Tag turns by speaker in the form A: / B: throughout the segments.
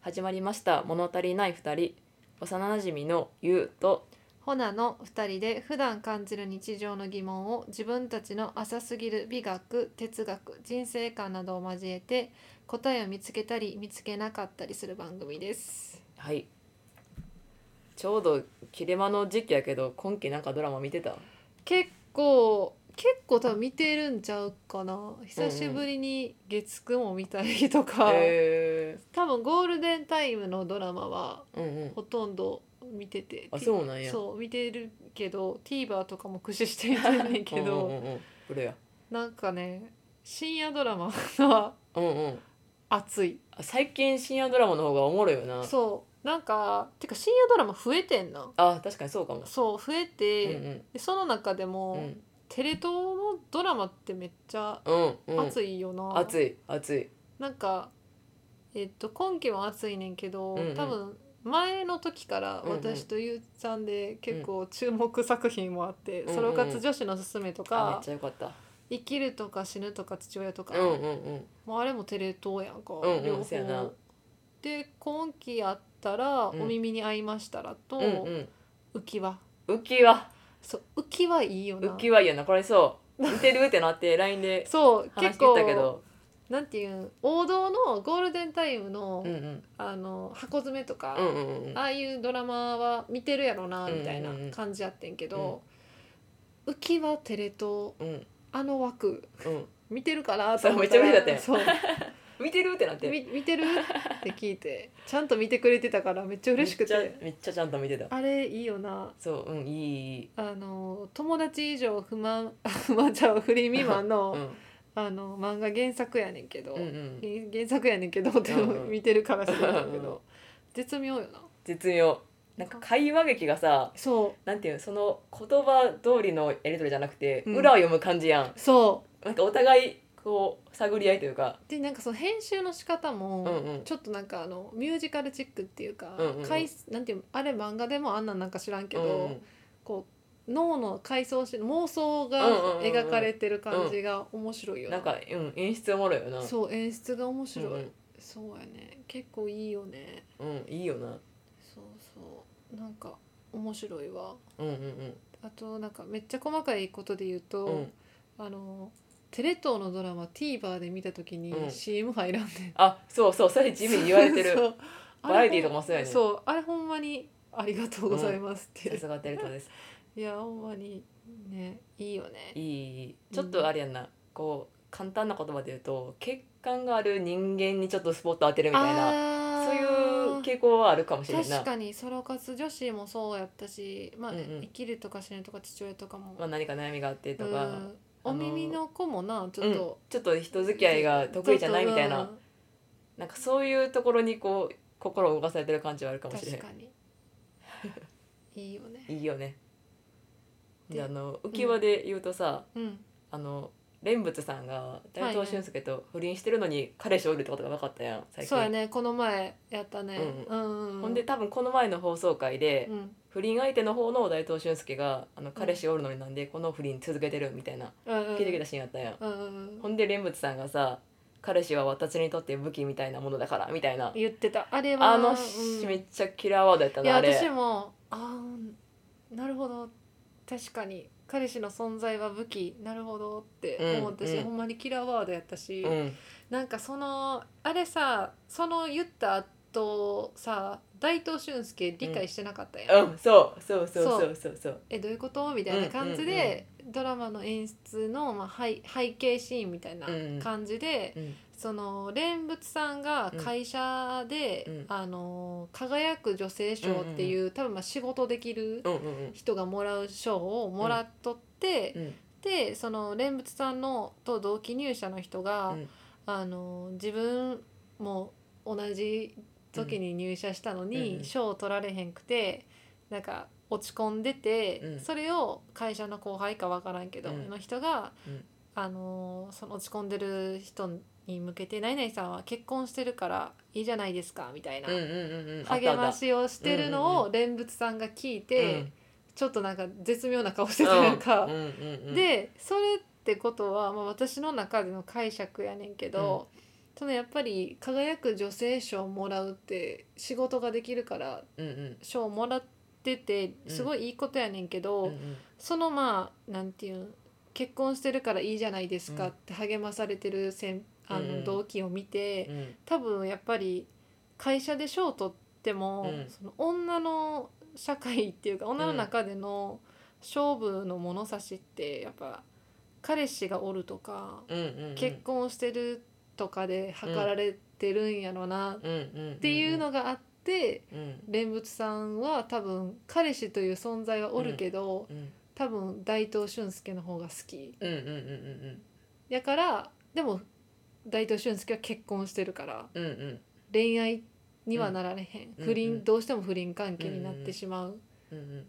A: 始まりました物足りない2人幼馴染のゆうと
B: ほなの2人で普段感じる日常の疑問を自分たちの浅すぎる美学哲学人生観などを交えて答えを見つけたり見つけなかったりする番組です。
A: はいちょうど切れ間の時期やけど今期なんかドラマ見てた
B: 結構結構多分見てるんちゃうかな久しぶりに月9も見たりとか、
A: へ
B: 多分ゴールデンタイムのドラマは
A: えうんうん
B: ほとんど見てて
A: あそうなんや
B: そう見てるけど TVer とかも駆使して見てないけ ど、
A: うんうんうんうんこれや
B: なんかね深夜ドラマは
A: うんうん
B: 熱い
A: あ最近深夜ドラマの方がおもろいよな
B: そうなんかてか深夜ドラマ増えてんな
A: あ確かにそうかも
B: そう増え
A: う
B: て
A: ん、うん
B: でその中で
A: う
B: も、
A: ん
B: テレ東のドラマってめっちゃ
A: うんうん
B: 熱いよな、
A: 熱い熱い
B: なんかえっと今期も熱いねんけど、
A: うんうん
B: 多分前の時から
A: うんうん
B: 私とゆうちゃんで結構注目作品もあって「
A: うんうん
B: ソロ活女子のすすめ」と
A: あめっ
B: か
A: ちゃよかった
B: 「生きる」とか「死ぬ」とか「父親」とか、
A: うんうんうん
B: もうあれもテレ東やんか、
A: うんうん
B: 両
A: そうやな
B: 方で今期やったら「
A: うん
B: お耳に合いましたらと」
A: うん
B: 浮き輪
A: うん浮き輪
B: そう浮き輪いいよな
A: 浮き輪いいよなこれそう似てるってなって LINE で
B: そ
A: 話
B: う
A: し
B: 結
A: て
B: 構
A: たけど
B: なんていうん王道のゴールデンタイムの,、
A: うんうん
B: あの箱詰めとか、
A: うんうんうん
B: ああいうドラマは見てるやろなみたいな
A: うんうんうん
B: 感じやってんけど、浮き輪テレ東
A: うん
B: あの枠
A: うん
B: 見てるかな
A: そうめっちゃ見てたって
B: そう
A: 見てるってなって
B: み見てるって聞いてちゃんと見てくれてたからめっちゃ嬉しく
A: めっち
B: て
A: ゃめっちゃちゃんと見てた
B: あれいいよな
A: そううんいいいい
B: あの友達以上不満 不満ちゃう不倫未満
A: う
B: の,、
A: ん
B: あの漫画原作やねんけど、
A: うんうん
B: 原原作やねんけどって
A: うんうん
B: 見てるからするんだけ
A: うんうん
B: ど絶妙よな
A: 絶妙なんか会話劇がさ
B: そ
A: なんていうのその言葉通りのやり取りじゃなくて、
B: うん
A: 裏を読む感じやん
B: うそ
A: なんかお互いこう探り合いというか
B: うでなんかその編集の仕方
A: う
B: も、
A: んうん
B: ちょっとなんかあのミュージカルチックっていうか、
A: うんうんうん
B: 回数なんていうのあれ漫画でもあんなんなんか知らんけど、
A: うんうん
B: こう脳の回想し妄想
A: うんうんうんう
B: が
A: ん
B: 描かれてる感じが面白いよ
A: なんか、うん、演出おもろいよな
B: そう演出が面白い、
A: うん
B: そうやね結構いいよね
A: うん、うん、いいよな
B: そうそうなんか面白いわ
A: うんうん
B: あとなんかめっちゃ細かいことで言うと、
A: うんうん
B: あのテレ東のドラマ TVer で見た時に
A: うん
B: CM 入らんね、
A: あそうそうそれ地味に言われて
B: そ
A: る
B: う
A: バラエティーとかもそうやね
B: そうあれほんまにありがとうございますって、
A: さすがテレ東です
B: いやほんまにねいいよね
A: いいいいちょっとあれやんな、こう簡単な言葉で言うと血管がある人間にちょっとスポット当てるみたいな
B: あー
A: そういう傾向はあるかもしれんない
B: 確かにソロ活女子もそうやったし、まあ
A: うんうん
B: 生きるとか死ぬとか父親とかも、
A: まあ、何か悩みがあってと
B: う
A: か、
B: んお耳の子もなちょっと、
A: ちょっと人付き合いが得意じゃないみたい
B: うん
A: ななんかそういうところにこう心を動かされてる感じはあるかもしれ
B: 確
A: な
B: かにいいよね
A: いいいよね
B: で
A: であの浮き輪で言うとさ、
B: うん
A: あの蓮仏さんが大東俊介と不倫してるのに彼氏おるってことが分かったやん最近
B: そうやねこの前やったね、
A: う
B: うんうんうん
A: ほんで多分この前の放送回で、
B: うん
A: 不倫相手の方の大東俊介があの彼氏おるのになんでこの不倫続けてるみたいな
B: うんうん
A: 聞いてきたシーンやったやん、
B: うんうんう
A: ほ
B: ん
A: んで蓮仏さんがさ彼氏は私にとって武器みたいなものだからみたいな
B: 言ってたあれは
A: あの
B: うん
A: めっちゃキラーワードやった
B: い
A: な
B: や
A: あれ
B: 私もあーなるほど確かに彼氏の存在は武器なるほどって思ったし、
A: うんうん
B: ほんまにキラーワードやったし、
A: うん
B: なんかそのあれさその言った後さ大東俊介理解してなかったやん、
A: うんそうそうそうそうそうそう
B: えどういうことみたいな感じで、ドラマの演出の、まあ、背背景シーンみたいな感じで、
A: うん
B: その蓮仏さんが会社で、
A: うん
B: あの輝く女性賞っていう、多分まあ仕事できる
A: うんうん
B: 人がもらう賞をもらっとって、
A: うん
B: でその蓮仏さんのと同期入社の人が、
A: うん
B: あの自分も同じ時に入社したの
A: うんうんうん
B: に賞、を取られへんくてなんか落ち込んでて、
A: うん
B: それを会社の後輩かわからんけど、
A: うん
B: の人が、
A: うん
B: あのその落ち込んでる人に向けて「ナイナイさんは結婚してるからいいじゃないですか」みたいな。
A: うんうんうんうんあったあ
B: 励
A: った
B: ましをしてるのを蓮仏さんが聞いて、
A: うん
B: ちょっとなんか絶妙な顔してたやんか、
A: うんうんうんうん
B: でそれってことは、まあ、私の中での解釈やねんけど、そのやっぱり輝く女性賞をもらうって仕事ができるから
A: うんうん
B: 賞をもらってて
A: うん
B: すごいいいことやねんけど、
A: うんうん
B: そのまあなんていうん結婚してるからいいじゃないですかって励まされてる先あ
A: うんう
B: の
A: ん
B: 同期を見て、
A: うん
B: 多分やっぱり会社で賞を取っても、
A: うん
B: その女の社会っていうか女の中での勝負の物差しってやっぱ彼氏がおるとか、
A: うんうんうん
B: 結婚してるとかで測られてるんやろなっ
A: うんうんうんうん
B: ていうのがあって
A: うん
B: 蓮仏さんは多分彼氏という存在はおるけど、
A: うん
B: 多分大東俊介の方が好き
A: うんうんうんうん
B: やからでも大東俊介は結婚してるから
A: うんうんうん
B: 恋愛にはなられへん、
A: うん
B: 不
A: う
B: 倫、
A: んうん
B: どうしても不倫関係になってしまう、
A: うん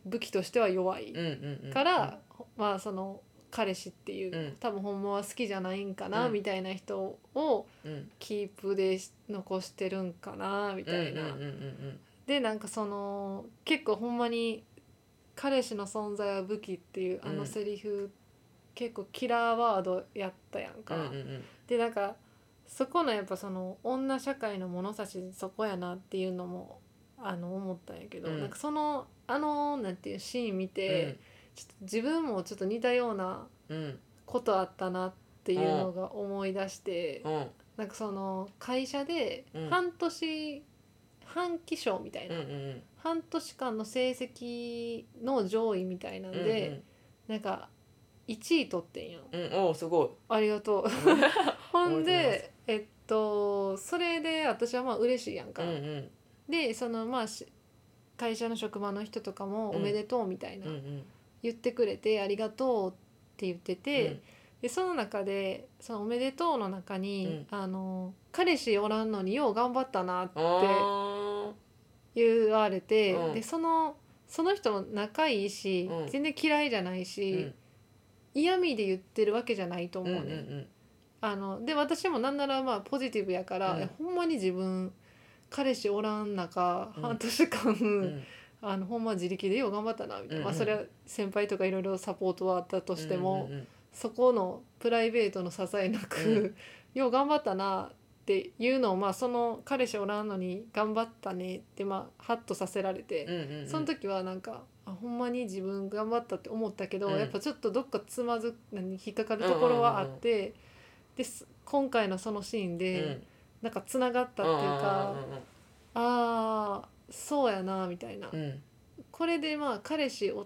B: 武器としては弱
A: う
B: い、
A: んうんうん
B: から、まあその彼氏っていう、
A: うん
B: 多分ほんまは好きじゃないんかな、
A: うん
B: みたいな人を
A: うん
B: キープで残してるんかなみたいな。
A: うんうんうん
B: でなんかその結構ほんまに「彼氏の存在は武器」っていうあ
A: う
B: の
A: ん
B: セリフ、結構キラーワードやったやん
A: う
B: か。
A: んうんうん
B: でなんかそこのやっぱその女社会の物差しそこやなっていうのもあの思ったんやけど、
A: うん
B: なんかそのあのなんていうシーン見て、ちょっと自分もちょっと似たような
A: うん
B: ことあったなっていうのが思い出して、
A: うんうん
B: なんかその会社で
A: うん
B: 半年、半期賞みたいな
A: うんうん
B: 半年間の成績の上位みたいなん
A: うん
B: で、なんか1位取ってんやん
A: うんうんおーすごい
B: ありがとうほん
A: ありがとうございま
B: でえっとそれで私はまあ嬉しいやんか、
A: うんうん
B: でそのまあし会社の職場の人とかも「
A: うん
B: おめでとう」みたいな、
A: うんうん
B: 言ってくれて「ありがとう」って言ってて、でその中で「そのおめでとう」の中に、あの「彼氏おらんのによう頑張ったな」って
A: うんあ
B: 言われて、
A: うん
B: でそのその人も仲いいし、
A: うん
B: 全然嫌いじゃない
A: ー
B: し、嫌味で言ってるわけじゃないと
A: う
B: 思
A: ん
B: う
A: うん
B: ね、
A: うんうん
B: あので私もなんならまあポジティブやから、
A: うん
B: えほんまに自分彼氏おらん中
A: うん
B: 半年間、
A: うん
B: あのほんま自力でよう頑張ったなみたいな、まあ、
A: うん
B: それは先輩とかいろいろサポートはあったとしても、
A: うんうん
B: そこのプライベートの支えなく、
A: う
B: よう頑張ったなっていうのを、まあ、その彼氏おらんのに頑張ったねって、まあ、ハッとさせられて、
A: うんうんうん
B: その時はなんかあほんまに自分頑張ったって思ったけど、
A: うん
B: やっぱちょっとどっかつまず何引っかかるところはあって、です今回のそのシーン
A: うん
B: で、なんかつながったっていうか、ああそうやなみたいな、
A: うんうん
B: これでまあ彼氏おっ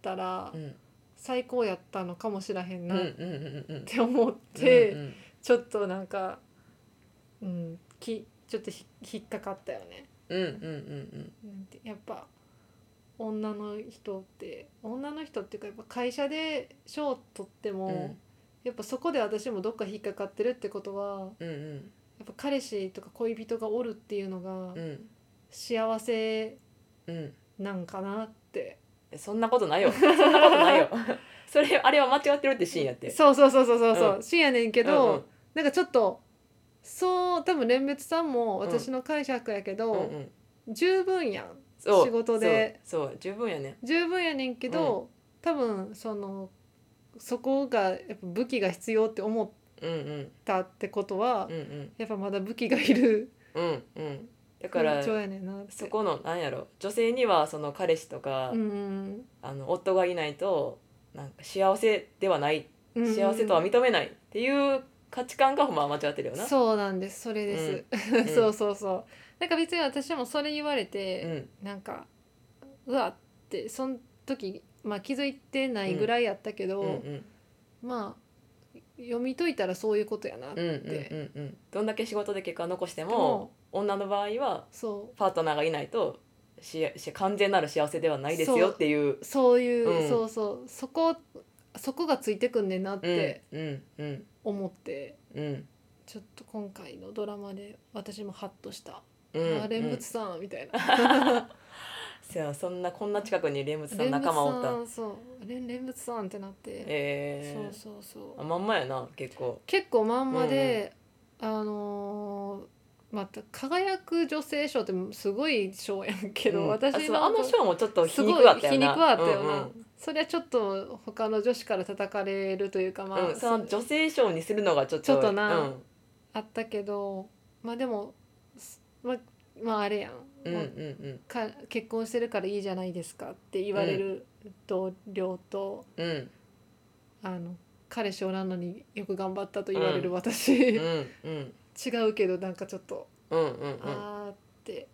B: たら
A: うん
B: 最高やったのかもしらへん
A: う
B: なん
A: うん
B: っ
A: うんうんうん
B: て思って、
A: うんうん
B: ちょっとなんか、うん、きちょっとひ引っかかったよね。
A: うんうんうん
B: なんてやっぱ女の人って女の人っていうかやっぱ会社で賞を取っても、
A: うん
B: やっぱそこで私もどっか引っかかってるってことは
A: うんうん
B: やっぱ彼氏とか恋人がおるっていうのが
A: うん
B: 幸せ
A: うん
B: なんかなって、
A: えそんなことないよそんなことないよそれあれは間違ってるってシーンやって
B: そうそうそうそうそうそう、
A: う
B: しんやねんけ
A: け
B: ど、なんかちょっとそう多分蓮別さんも
A: うん
B: 私の解釈やけど、
A: うんうん
B: 十分やん
A: そう
B: 仕事で
A: そうそう十分やね
B: 十分やねんけど、多分そのそこがやっぱ武器が必要って思っ
A: うんうん
B: たってことは、
A: うんうん
B: やっぱまだ武器がいる
A: うんうんだか
B: 風
A: ら
B: 潮やねんなって
A: そこのなんやろ女性にはその彼氏とか、
B: うん
A: あの夫がいないとなんか幸せではない
B: うんうん、
A: 幸せとは認めないっていう価値観がまあ間違ってるよな。
B: そうなんですそれです、
A: うん
B: そうそうそうなんか別に私もそれ言われ
A: う
B: て、
A: ん
B: なんかうわってその時まあ気づいてないぐらいやったけど、
A: うんうん
B: まあ読み解いたらそういうことやなっ
A: う
B: て、
A: んうんうんうんどんだけ仕事で結果を残して
B: で
A: も女の場合は
B: そう
A: パートナーがいないとしし完全なる幸せではないですよっていう。
B: そういう、
A: うん
B: そうそうそこそこがついてくんねんなっ
A: うん
B: て
A: うんうん
B: 思って、
A: うん
B: ちょっと今回のドラマで私もハッとした
A: う
B: 「
A: ん
B: ああ蓮
A: うん
B: 仏さん」みたい な
A: せやそんなこんな近くに蓮
B: 「
A: 仏さん
B: 蓮
A: 仲間お
B: 仏
A: っ
B: さ
A: た
B: ん」そう「蓮蓮仏さん」ってなって、
A: ええ
B: そうそうそ
A: あ
B: う
A: まんまやな結構
B: 結構まんまで、あのーまた輝く女性賞ってすごい賞やんけど、
A: うん
B: 私
A: あそうあのショーもちょっと皮
B: すご
A: 肉
B: い
A: あったよな
B: 皮肉はあったよ
A: うん
B: な、
A: うん
B: それはちょっと他の女子から叩かれるというかまあ、
A: うん、その女性賞にするのがちょっと
B: ちょっとな
A: うん
B: あったけどまあでもすまあまああれやん、
A: うんう
B: も
A: ん
B: うか結婚してるからいいじゃないですかって言われる同僚と、
A: うんうん
B: あの彼氏おらんのによく頑張ったと言われる私、
A: うんうん
B: 違うけどなんかちょっと、
A: うんうんうん
B: あーって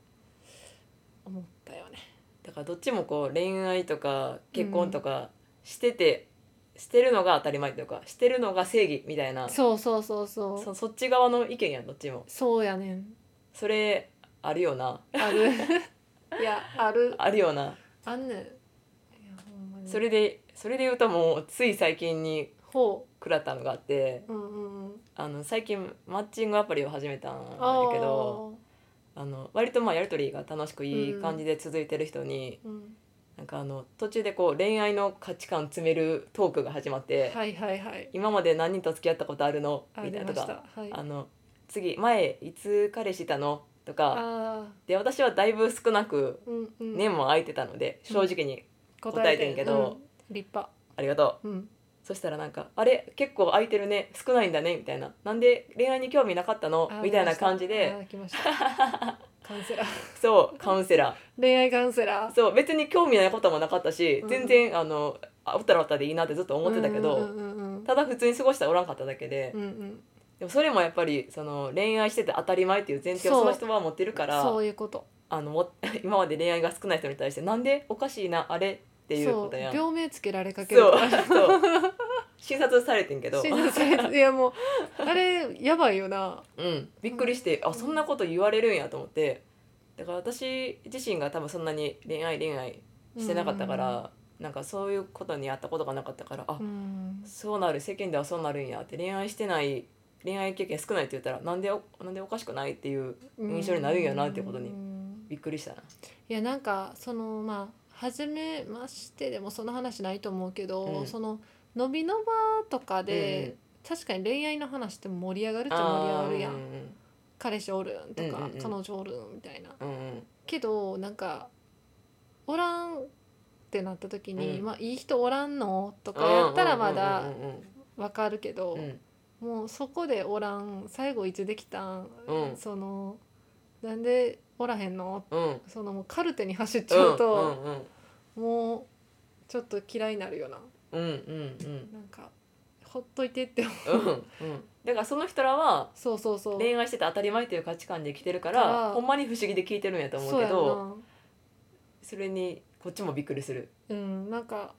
B: 思ったよね。
A: だからどっちもこう恋愛とか結婚とかしてて、してるのが当たり前というかしてるのが正義みたいなそ
B: そうそうそうそう
A: そっち側の意見やんどっちも
B: そうやねん
A: それあるよな
B: あるいやある
A: あるよな
B: あんねんいやほんまに
A: それでそれで言うともうつい最近に
B: ほ
A: 食らったのがあって
B: ううんうんうん
A: あの最近マッチングアプリを始めたんやけ
B: ああ
A: どあの割とまあやり取りが楽しくいい感じで続いてる人に、
B: うん
A: なんかあの途中でこう恋愛の価値観詰めるトークが始まって、
B: はいはいはい
A: 今まで何人と付き合ったことあるの
B: あ
A: みた
B: り
A: い
B: ま
A: なと
B: した
A: か
B: はい
A: あの次前いつ彼氏いたのとか
B: あ
A: で私はだいぶ少なく
B: ーうんうん
A: 年も空いてたので、
B: うん
A: 正直に
B: 答
A: 答
B: え
A: え
B: て
A: て
B: ん
A: ん
B: け
A: け
B: ど
A: ど
B: 立派
A: 「ありがとう
B: うん」
A: そしたらなんか「あれ結構空いてるね少ないんだね」みたいな「なんで恋愛に興味なかったの?」みたいな感じで
B: あー来ましたあー来ましたカウンセラー
A: そうカウンセラ
B: 恋愛カウンセ
A: ー
B: ラー
A: そう別に興味ないこともなかったし、
B: うん
A: 全然あのあおったらおったでいいなってずっと思ってたけど、
B: うんうんうん
A: ただ普通に過ごしたらおらんかっただけで、
B: うんうん
A: でもそれもやっぱりその恋愛してて当たり前っていう前提をその人は持ってるから
B: そういうこと
A: あのも 今まで恋愛が少ない人に対してなんでおかしいなあれっていう
B: そ
A: こ
B: う
A: とやん
B: 病名つけられかける
A: そ
B: と
A: う
B: か
A: そう診察されてんけど、
B: 診断されていやもうあれやばいよな
A: うん、びっくりしてあそんなこと言われるんやと思ってだから私自身が多分そんなに恋愛恋愛してなかったから、なんかそういうことにやったことがなかったからあ、
B: うん
A: そうなる世間ではそうなるんやって恋愛してない恋愛経験少ないって言ったらなんでおなんでおかしくないっていう印象になるんやなってことに
B: うん
A: びっくりしたな。
B: いやなんかそのまあ初めましてでもその話ないと思うけど、
A: うん
B: その伸びの場とか
A: うんう
B: で
A: ん、
B: 確かに恋愛の話って盛り上がるっちゃ盛り上
A: あ
B: がるや
A: ー
B: ん彼氏おるんとか、
A: うんうんうん
B: 彼女おるんみたいな
A: うんうん
B: けどなんかおらんってなった時に、
A: うん
B: まあいい人おらんのとかやったらまだ
A: うんうん
B: わかるけど、
A: うんうんうん
B: もうそこでおらん最後いつできたん、
A: うん
B: そのなんでおらへんの
A: うんうん
B: そのもうカルテに走っちゃうと、
A: うんうん
B: もうちょっと嫌いになるよな
A: うんうん
B: なんかほっといてって思う
A: うんうんう んだからその人らは
B: そうそうそう
A: 恋愛してて当たり前という価値観で生きてるから
B: から
A: ほんまに不思議で聞いてるんやと思うけどそれにこっちもびっくりする。
B: そうやんなうんなんか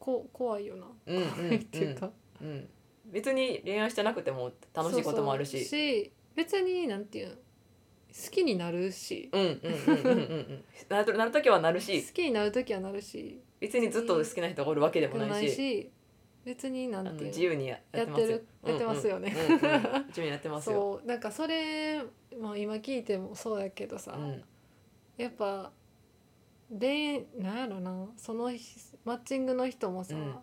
B: こ怖いよな、
A: うんうん
B: 怖いっていうか
A: うん別に恋愛してなくても楽しいこともある
B: そうそう
A: し。
B: 別になんていうん好きになるし、
A: うんうんうんうんうんうんなるなる時はなるし
B: 好きになる時はなるし
A: 別にずっと好きな人がおるわけでも
B: でも
A: な
B: ない
A: いし
B: し別にな
A: あ
B: ん
A: の
B: ていうん
A: 自由にやってます
B: やっ
A: よ
B: てるやってますよね
A: うんうんうんうん自由にやってますよ
B: そうなんかそれ、まあ、今聞いてもそうやけどさ、
A: うん
B: やっぱ恋なんやろなその日マッチングの人もさ、
A: うん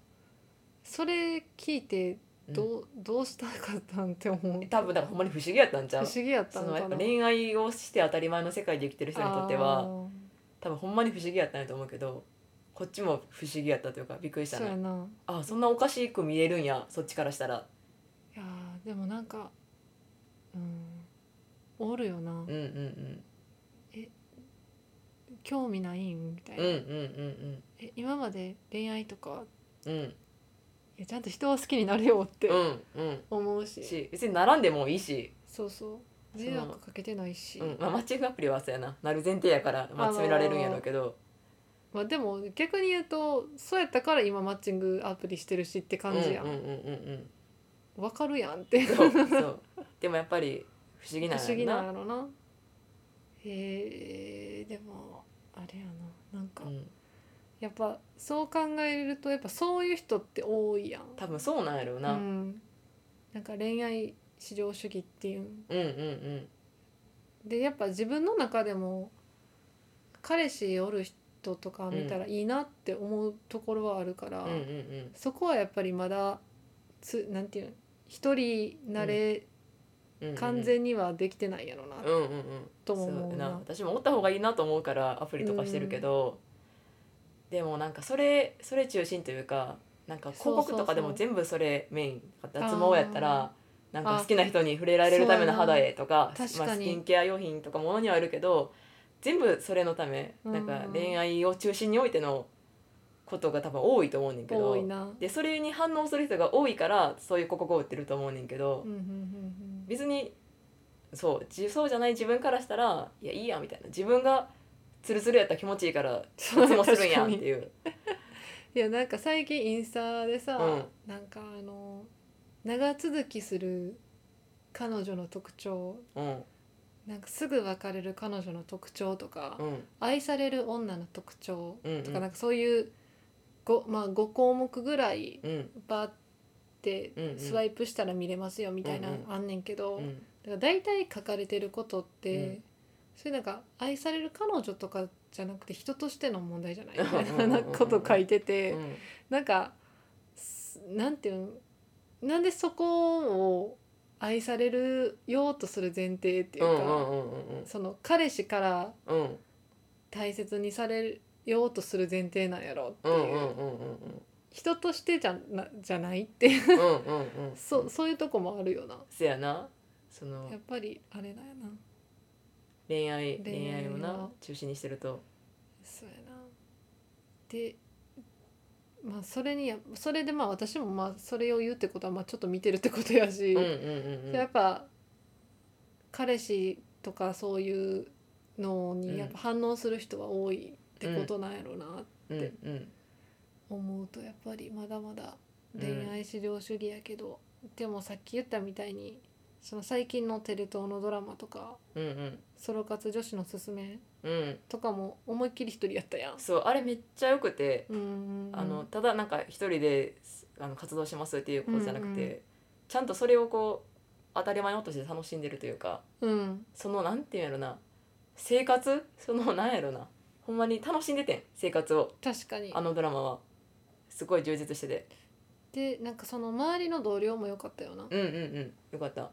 B: それ聞いて
A: うん
B: どう,、どうしたかったんって思う
A: 多分だからほんまに不思議やったんち
B: 不
A: ゃう
B: 思議やった
A: そ
B: の
A: のや
B: か
A: っぱ
B: な
A: 恋愛をして当たり前の世界で生きてる人にとって
B: あ
A: は
B: ー
A: 多分ほんまに不思議やったんやと思うけどこっちも不思議やったというかびっくりした
B: そうや
A: な
B: な
A: あそんなおかしく見えるんやそっちからしたら
B: いやーでもなんかうんおるよな、
A: うんうんうん
B: 興味ないんみたいな、
A: うんうんうん
B: え今まで恋愛とか
A: うんうん
B: いやちゃんと人は好きになるよって
A: うんうん
B: 思うし、
A: し別に並んでもいいし、
B: そうそう
A: その
B: 迷惑かけてないし、
A: うんまあ、マッチングアプリはそうやななる前提やから、まあ、詰められるんやろうけど、
B: まあでも逆に言うとそうやったから今マッチングアプリしてるしって感じやん、
A: うんうんうんうんうん
B: わかるやんって
A: そう そうでもやっぱり不思議
B: 不
A: なん
B: 思
A: や
B: 議
A: ろ
B: なん
A: な
B: やろなへえでもあれやななんか、
A: うん、
B: やっぱそう考えるとやっぱそういう人って多いやん
A: 多分そうなんやろうな、
B: うん、なんか恋愛至上主義っていうん
A: うん、うんうん
B: でやっぱ自分の中でも彼氏おる人とか見たらいいなって思うところはあるから、
A: うんうんうん
B: そこはやっぱりまだつなんていうの一人慣れ、
A: うんうん
B: 完全にはできてないやろな、
A: うんうんうん
B: とも思う
A: そう
B: な
A: や私もおった方がいいなと思うからアプリとかしてるけど、でもなんかそれそれ中心というかなんか広
B: そうそうそう
A: 告とかでも全部それメイン脱毛やったらなんか好きな人に触れられるための肌へとか
B: そうやな確
A: ま
B: か
A: あ、ス
B: に
A: キンケア用品とかものにはあるけど全部それのため
B: うん
A: なんか恋愛を中心においてのことが多分多いと思うねんけ
B: 多
A: ど
B: いな
A: でそれに反応する人が多いからそういう広告を売ってると思うねんけど、
B: うんうんうん
A: 別にそうじそうじゃない自分からしたらいやいいやみたいな自分がツルツルやったら気持ちいいからいつ
B: うん
A: もするんやんって
B: 確かに
A: いう。
B: いやなんか最近インスタでさ、
A: うん
B: なんかあの長続きする彼女の特徴
A: うん
B: なんかすぐ別れる彼女の特徴とか、
A: うん
B: 愛される女の特徴
A: うんうん
B: とか、なんかそういう 5,、まあ、5項目ぐらい
A: うん
B: バーって
A: うんうん
B: スワイプしたら見れますよみたいな
A: うんうん
B: あんねんけど、
A: うん
B: だから大体書かれてることって、
A: うん
B: そういうなんか愛される彼女とかじゃなくて人としての問題じゃないみた
A: うんうん
B: い
A: うん
B: な
A: うん
B: こと書いてて、
A: うん
B: なんかすなんていうんなんでそこを愛されるようとする前提っていう
A: う
B: か、
A: んうんうんうん
B: その彼氏から
A: うんうん
B: 大切にされようとする前提なんやろって
A: う
B: い
A: ん
B: う、
A: うんうん
B: 人としてじゃなじゃないっていう
A: うんうんうんうん
B: そそういうとこもあるよな
A: せやなその
B: やっぱりあれだよな
A: 恋愛
B: 恋
A: 恋
B: 愛
A: 愛
B: は
A: をな中心にしてると
B: そうやなでまあそれにやそれでまあ私もまあそれを言うってことはまあちょっと見てるってことやし、
A: うんうんうんうん
B: やっぱ彼氏とかそういうのにやっぱ反応する人は多いってことなんやろうな、
A: うんうん
B: 思うとやっぱりまだまだ
A: うん
B: 恋愛至上主義やけど、でもさっき言ったみたいにその最近のテレ東のドラマとか
A: うんうん
B: ソロ活女子のすすめ
A: うん
B: とかも思いっきり一人やったやん。
A: そうあれめっちゃよくて
B: うん
A: あのただなんか一人ですあの活動しますっていうことじゃなくて、
B: うんう
A: ちゃんとそれをこう当たり前のとして楽しんでるというか
B: うん
A: そのなんていうんやろな生活 そのなんやろなほんまに楽しんでてん生活を
B: 確かに
A: あのドラマはすごい充実してて
B: でなんかその周りの同僚も良かったよな、
A: うんうんうんよかった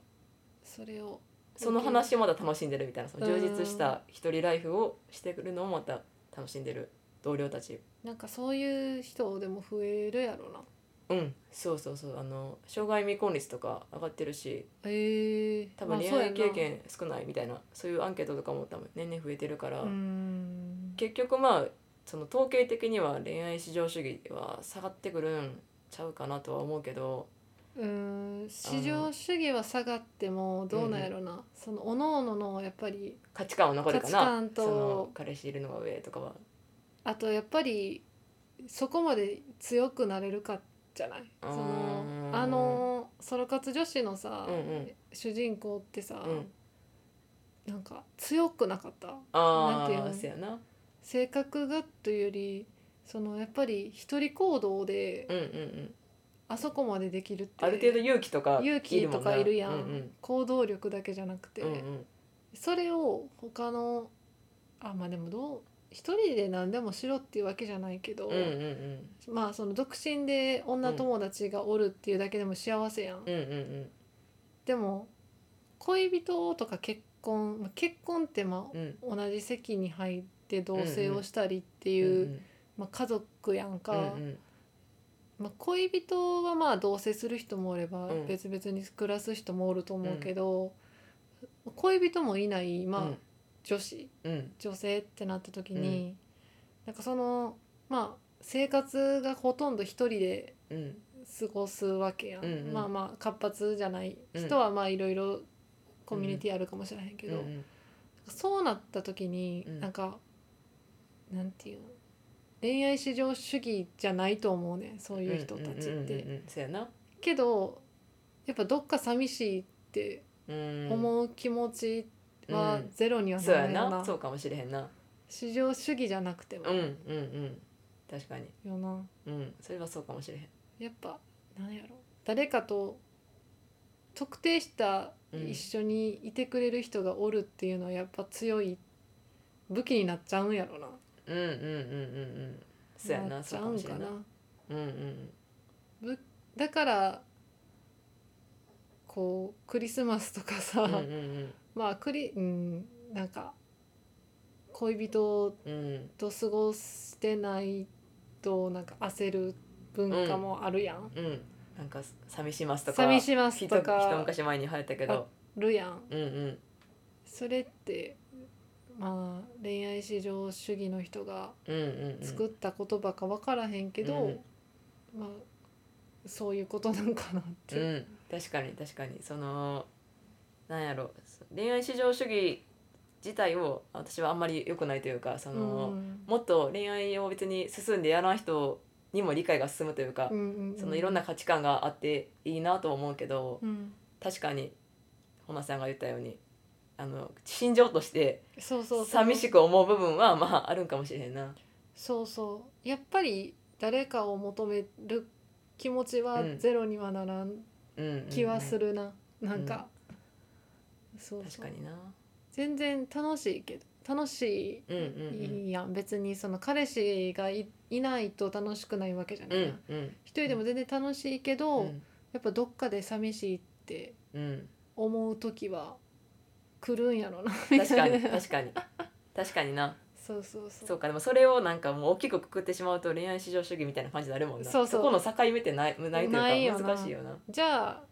B: それを
A: その話をまだ楽しんでるみたいなその
B: うん
A: 充実した一人ライフをしてくるのをまた楽しんでる同僚たち
B: なんかそういう人でも増えるやろな
A: うんそうそうそうあの障害未婚率とか上がってるし
B: ええ
A: 多分恋
B: そうや
A: 愛
B: な
A: 経験少ないみたいなそういうアンケートとかも多分年々増えてるから、
B: うん
A: 結局まあその統計的には恋愛至上主義は下がってくるんちゃうかなとは思うけど
B: うーん市場主義は下がってもどうなんやろな、そのおのののやっぱり
A: 価値観は残るか
B: 価値
A: な
B: 観と
A: その彼氏いるのが上とかは
B: あとやっぱりそこまで強くなれるかじゃないその
A: うーん
B: あのソロ活女子のさ、
A: うんうん
B: 主人公ってさ、
A: うん
B: なんか強くなかったなん
A: あ
B: ていう
A: あ
B: の
A: そうやな
B: 性格がというよりそのやっぱり一人行動で
A: うんうんうん
B: あそこまでできるって
A: ある程度勇気とか
B: 勇
A: い
B: 気
A: るも
B: と
A: んな
B: かいるやん、
A: うん
B: 行動力だけじゃなくて、
A: うんうんうん
B: それを他のあまあでもどう一人で何でもしろっていうわけじゃないけど、
A: うんうんうん
B: まあその独身で女友達がおるっていうだけでも幸せやん、
A: うんうんうん
B: でも恋人とか結婚まあ結婚ってまあ
A: うんうん
B: 同じ席に入って同棲をしたりっていう、まあ、家族やんか、
A: うん
B: まあ、恋人はまあ同棲する人もおれば
A: うん
B: 別々に暮らす人もおると思うけど、恋人もいない、まあ
A: うん
B: 女子
A: うんうん
B: 女性ってなった時に、なんかそのまあ生活がほとんど一人で
A: うん
B: 過ごすわけやん、
A: うんうん
B: まあまあ活発じゃない
A: うん
B: 人はまあいろいろコミュニティあるかもしれへんけ
A: う
B: ど、
A: ん
B: そうなった時に、
A: うん
B: なんかなんていうの恋愛至上主義じゃないと思うねんそういう人たちって。
A: うんうんうんうんそうやな
B: けどやっぱどっか寂しいって
A: うん
B: 思う気持ちは
A: うん
B: ゼロにはな
A: そう
B: らな
A: や
B: いよな,、
A: なそうかもしれへんな
B: 至上主義じゃなくても、
A: うんうんうん確かに
B: よな
A: うんそれはそうかもしれへん
B: やっぱなんやろ誰かと特定した
A: うん
B: 一緒にいてくれる人がおるっていうのはやっぱ強い武器になっちゃうんやろな。
A: うんうんうんうんうんそうやな
B: っち
A: そ
B: ゃ
A: う
B: う
A: かも
B: ん
A: しれ
B: か
A: んな
B: な。
A: うんうん
B: だからこうクリスマスとかさ、
A: うんうん
B: まあクリうんなんか恋人
A: うんうん
B: と過ごしてないとなんか焦る文化もあるやん、
A: うんなんか寂しますとか
B: 寂します
A: ひ
B: と
A: と
B: か
A: 一昔前に流行ったけど
B: るやん
A: うんうん
B: それってまあ恋愛至上主義の人が
A: うんうんうん
B: 作った言葉か分からへんけど、
A: うん
B: まあそういうことなんかなって、
A: うん確かに確かにそのなんやろ恋愛至上主義自体を私はあんまり良くないというかその、
B: うん
A: もっと恋愛を別に進んでやらん人にも理解が進むというか、
B: うんうん
A: そのいろんな価値観があっていいなと思うけど、
B: うん、
A: 確かに本間さんが言ったようにあの心情として
B: そうそうそう
A: 寂しく思う部分はまああるんかもしれへんな。
B: そうそうやっぱり誰かを求める気持ちは
A: うん
B: ゼロにはならん
A: うんうんうん
B: 気はするな、なんか、そう
A: 確
B: そう
A: かにな。
B: 全然楽しいけど楽し
A: うんうん
B: いいいやん、別にその彼氏がいいないと楽しくないわけじゃな
A: う
B: い
A: ん
B: な、
A: うんうん
B: 一人でも全然楽しいけど、
A: うん
B: やっぱどっかで寂しいって
A: うん
B: 思う時は来るんやろな み
A: 確
B: た
A: か
B: いな
A: に確かに確かにな。
B: そうそうそう
A: そうかでもそれをなんかもう大きくくくってしまうと恋愛至上主義みたいな感じになるもんな。
B: そうそう
A: この境目ってないないと
B: ない
A: い
B: よ
A: うか
B: な
A: 難しいよな。
B: じゃあ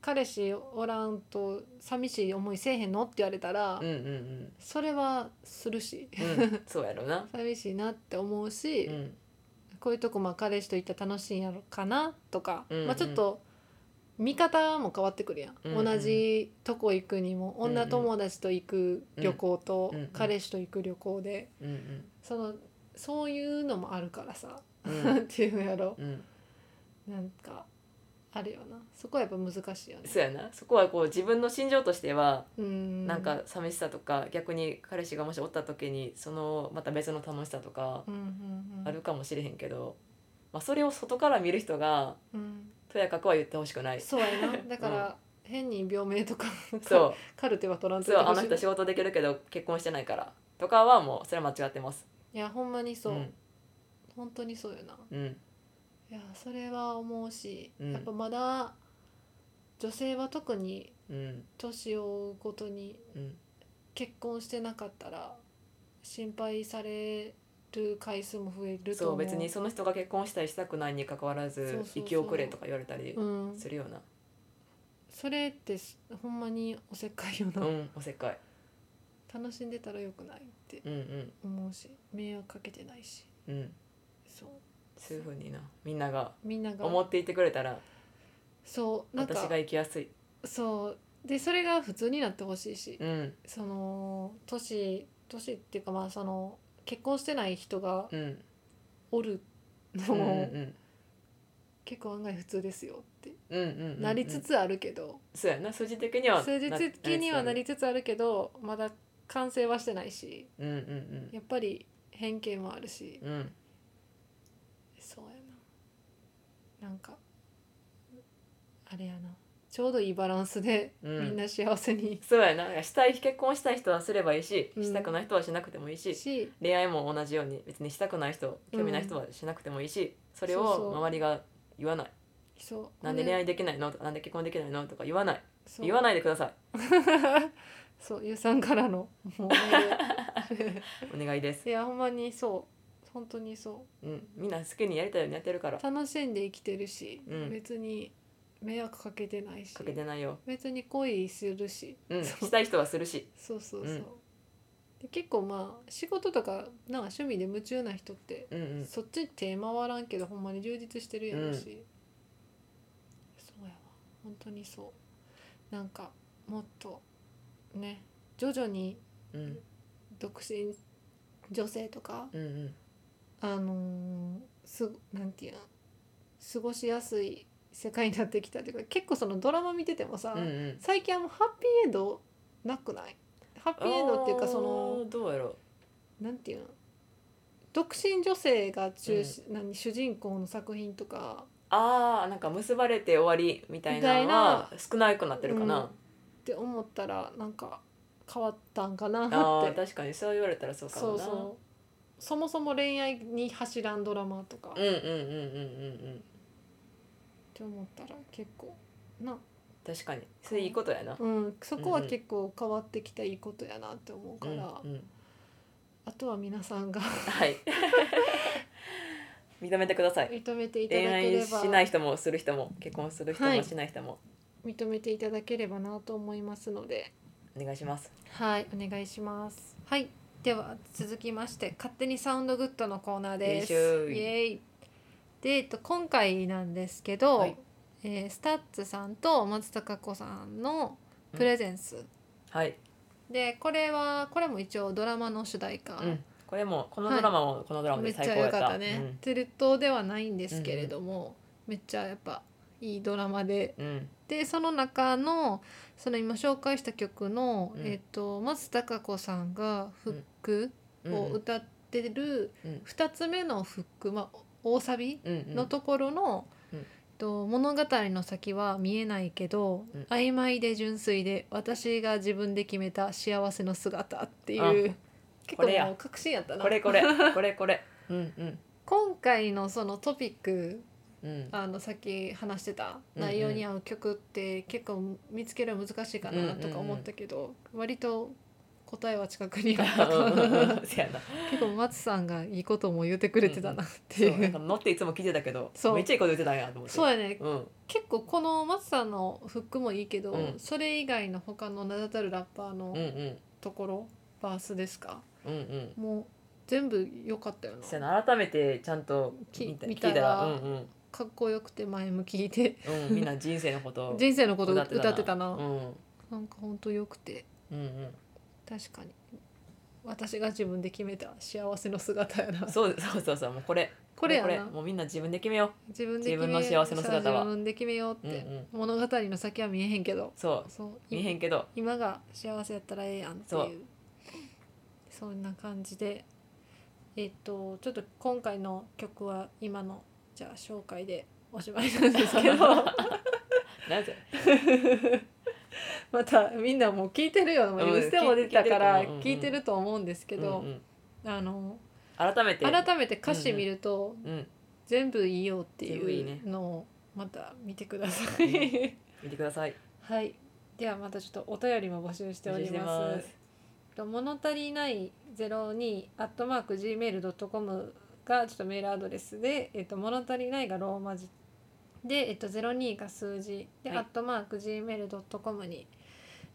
B: 彼氏おらんと寂しい思いせえへんのって言われたら、
A: うんうん
B: それはするし
A: うん。うんそうやろな。
B: 寂しいなって思うし、
A: うん
B: こういうとこまあ彼氏と行ったら楽しいんやろかなとか、
A: うんうん
B: まあ、ちょっと見方も変わってくるやん、
A: うんうん
B: 同じとこ行くに
A: ん
B: も
A: うん
B: 女友達と行く旅行と、
A: うんうん
B: 彼氏と行く旅行で
A: うんうん
B: そのそういうのもあるからさ、
A: う
B: なん
A: ん
B: ていうんやろ
A: うん。
B: なんかあるよなそこはやっぱ難しいよね。
A: そうやな。そこはこう自分の心情としては。
B: うん
A: なんか寂しさとか逆に彼氏がもしおった時にそのまた別の楽しさとか
B: うんうんうん
A: あるかもしれへんけど、まあ、それを外から見る人が
B: うん、
A: とやかくは言ってほしくないそ
B: そうやなだから、変に病名とか
A: う
B: カルテは取らんと
A: そう
B: いて
A: あ
B: ほ
A: の
B: しい
A: 人仕事できるけど結婚してないからとかはもうそれは間違ってます
B: いやほんまにそう、
A: うん
B: 本当にそうよな
A: うん
B: いやそれは思うし、
A: うん
B: やっぱまだ女性は特に
A: うん
B: 年を追うごとに
A: うん
B: 結婚してなかったら心配される回数も増えると
A: そ
B: 思
A: う
B: う
A: 別にその人が結婚したりしたくないに関わら
B: そう
A: ず
B: そうそ
A: 生
B: う
A: き遅れとか言われたり
B: うん、
A: するような
B: それってすほんまにおせっかいよな、
A: うんおせっかい
B: 楽しんでたらよくないって
A: うんうん
B: 思うし迷惑かけてないし
A: うん
B: そう
A: そういうふうになみんなが
B: みんなが
A: 思っていてくれたら
B: そうなん
A: 私
B: か
A: が生きやすい
B: そうでそれが普通になってほしいし、
A: うん
B: その年年っていうかまあその結婚してない人が
A: うん
B: おる
A: う
B: の
A: んうん
B: も
A: うん
B: 結構案外普通ですよって
A: うんうんうんうん
B: なりつつあるけど、
A: そうやな数字的には
B: 数字的にはなり
A: つ
B: つつあるけどまだ完成はしてないし
A: つうんうん
B: やっぱり偏見もあるし、
A: うんうん
B: そうやななんかあれやなちょうどいいバランスでみ
A: うん
B: んな幸せに、
A: そうやなしたい結婚したい人はすればいいし、
B: うん
A: したくない人はしなくてもいいし
B: し
A: 恋愛も同じように別にしたくない人興味ない人はしなくてもいいし、それ
B: そう
A: を
B: そう
A: 周りが言わない
B: そう
A: なんで恋
B: ほん
A: 愛できないのとかなんで結婚できないのとか言わない
B: そう
A: 言わないでください
B: そうゆうさんからのもうメール
A: お願いです
B: いやほんまにそう本当にそ
A: うんみんな好きにやりたいようにやってるから
B: う楽しんで生きてるし、
A: うん
B: 別に迷惑かけてないし
A: かけてないよ
B: 別に恋するし
A: うん
B: そう
A: したい人はするし
B: そうそうそう、
A: うん
B: で結構まあ仕事とかなんか趣味で夢中な人って、
A: うんうん
B: そっち手回らんけどほんまに充実してるやろし、そうやわ本当にそうなんかもっとね徐々に
A: うん
B: 独身女性とか
A: うんうん
B: あのーすなんていうん過ごしやすい世界になってきたというか結構そのドラマ見ててもさ、
A: うんうん
B: 最近あのハッピーエンドなくないハッピーエンドっていうかその
A: あーどうやろ
B: なんていうん独身女性が中心、何主人公の作品とか
A: ああなんか結ばれて終わりみたいなのは少なくなってるか
B: うんっ
A: な、
B: て思ったらなんか変わったんかな
A: あ
B: っ
A: ー
B: て
A: 確かにそう言われたらそうかも
B: そう
A: な
B: そうそもそも恋愛に走らんドラマとか、
A: うん
B: っ
A: うんうんうんうんうん
B: て思ったら結構な
A: 確かにそれいいことやな、
B: うん、そこは結構変わってきたいいことやなって思うから、
A: うんうん
B: あとは皆さんが
A: はい 認めてください
B: 認めていただ
A: 恋
B: け
A: 愛
B: れば
A: しない人もする人も結婚する人
B: は
A: も
B: い
A: しない人も、
B: 認めていただければなと思いますので
A: お願いします
B: はいお願いしますはいでは続きまして勝手にサウンドグッドのコーナーですイ
A: よいしょい
B: エーイで、えっと、今回なんですけど、
A: はい
B: えースタッツさんと松たか子さんのプレゼンス、
A: はい、
B: でこれはこれも一応ドラマの主題歌、
A: うん、これもこのドラマもこのドラマ
B: め
A: で
B: っ
A: 最
B: ちゃ
A: 高や
B: 良
A: った,、
B: かったね、トゥルットではないんですけれども、めっちゃやっぱいいドラマで
A: うん、うん、
B: でその中のその今紹介した曲の、
A: うん
B: えっと松たか子さんがフック
A: うん
B: を歌ってる
A: うん
B: 2つ目のフック、まあ、大サビ
A: うんうん
B: のところの、
A: うん
B: えっと物語の先は見えないけど、
A: うん
B: 曖昧で純粋で私が自分で決めた幸せの姿っていう結
A: これ
B: 構
A: や
B: もう確信やったな
A: これこれこれこれうんうん
B: 今回のそのトピック
A: うん
B: あのさっき話してた
A: うんうん
B: 内容に合う曲って結構見つけるの難しいか
A: うんうん
B: な
A: うん
B: とか思ったけど、割と答えは近 くにあったから
A: せや な
B: 結構松さんがいいことも言ってくれてたなって
A: そ
B: いう
A: なん
B: う
A: か乗っていつも聞いてたけど
B: そう
A: めっちゃいいこと言ってたんやと思って
B: そうやね
A: うん
B: 結構この松さんのフックもいいけど、
A: うん
B: それ以外の他の名だたるラッパーの
A: うんうん
B: ところ、バースですか
A: うんうん
B: もう全部良かったよ
A: せや
B: な
A: な改めてちゃんと
B: き
A: 見た
B: 見
A: 聞い
B: たら
A: たらうんうん
B: かっこよくて前向きで
A: うんみんな人生のことを
B: 人生のこと歌ってたな
A: うんうん
B: なんかほんとよくて。
A: うん
B: 確かに私が自分で決めた幸せの姿やな
A: そうそうそうそうもうこれ
B: これやな
A: もうみんな自分で決めよ
B: 自分で決め
A: 自分の幸せの姿は
B: 自分で決めよう
A: う
B: っ
A: うんう
B: て、
A: ん
B: 物語の先は見えへんけど
A: そう
B: そうい
A: 見えへんけど
B: 今が幸せやったらええやんっていう
A: そ
B: そうんな感じでえっとちょっと今回の曲は今のじゃあ紹介でおしまいなんです けど
A: なぜ
B: またみんなもう聞いてるよもう「
A: うん
B: うて」も出たから
A: 聞い
B: 聞い
A: 聞い
B: て
A: て
B: る
A: る
B: と思うんですけど、
A: うんうん
B: あの
A: 改めて
B: 改めて歌詞見ると、
A: うん
B: 全部いいよって
A: 全部いい
B: い
A: ね
B: うのをまた見てください
A: 見てください
B: はいではまたちょっとお便りも募集しており
A: お
B: ま
A: 願い
B: す
A: し
B: と物足りない02アットマーク gmail.com がちょっとメールアドレスで、えっと、物足りないがローマ字で、えっと、02が数字で、
A: はい
B: アットマーク gmail.com に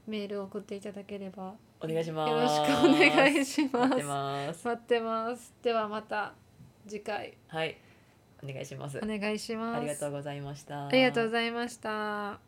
B: メールを送っていただければ
A: お願いします
B: よろしくお願いします
A: 待ってます
B: 待ってますではまた次回
A: はいお願いします
B: お願いします
A: ありがとうございました
B: ありがとうございました。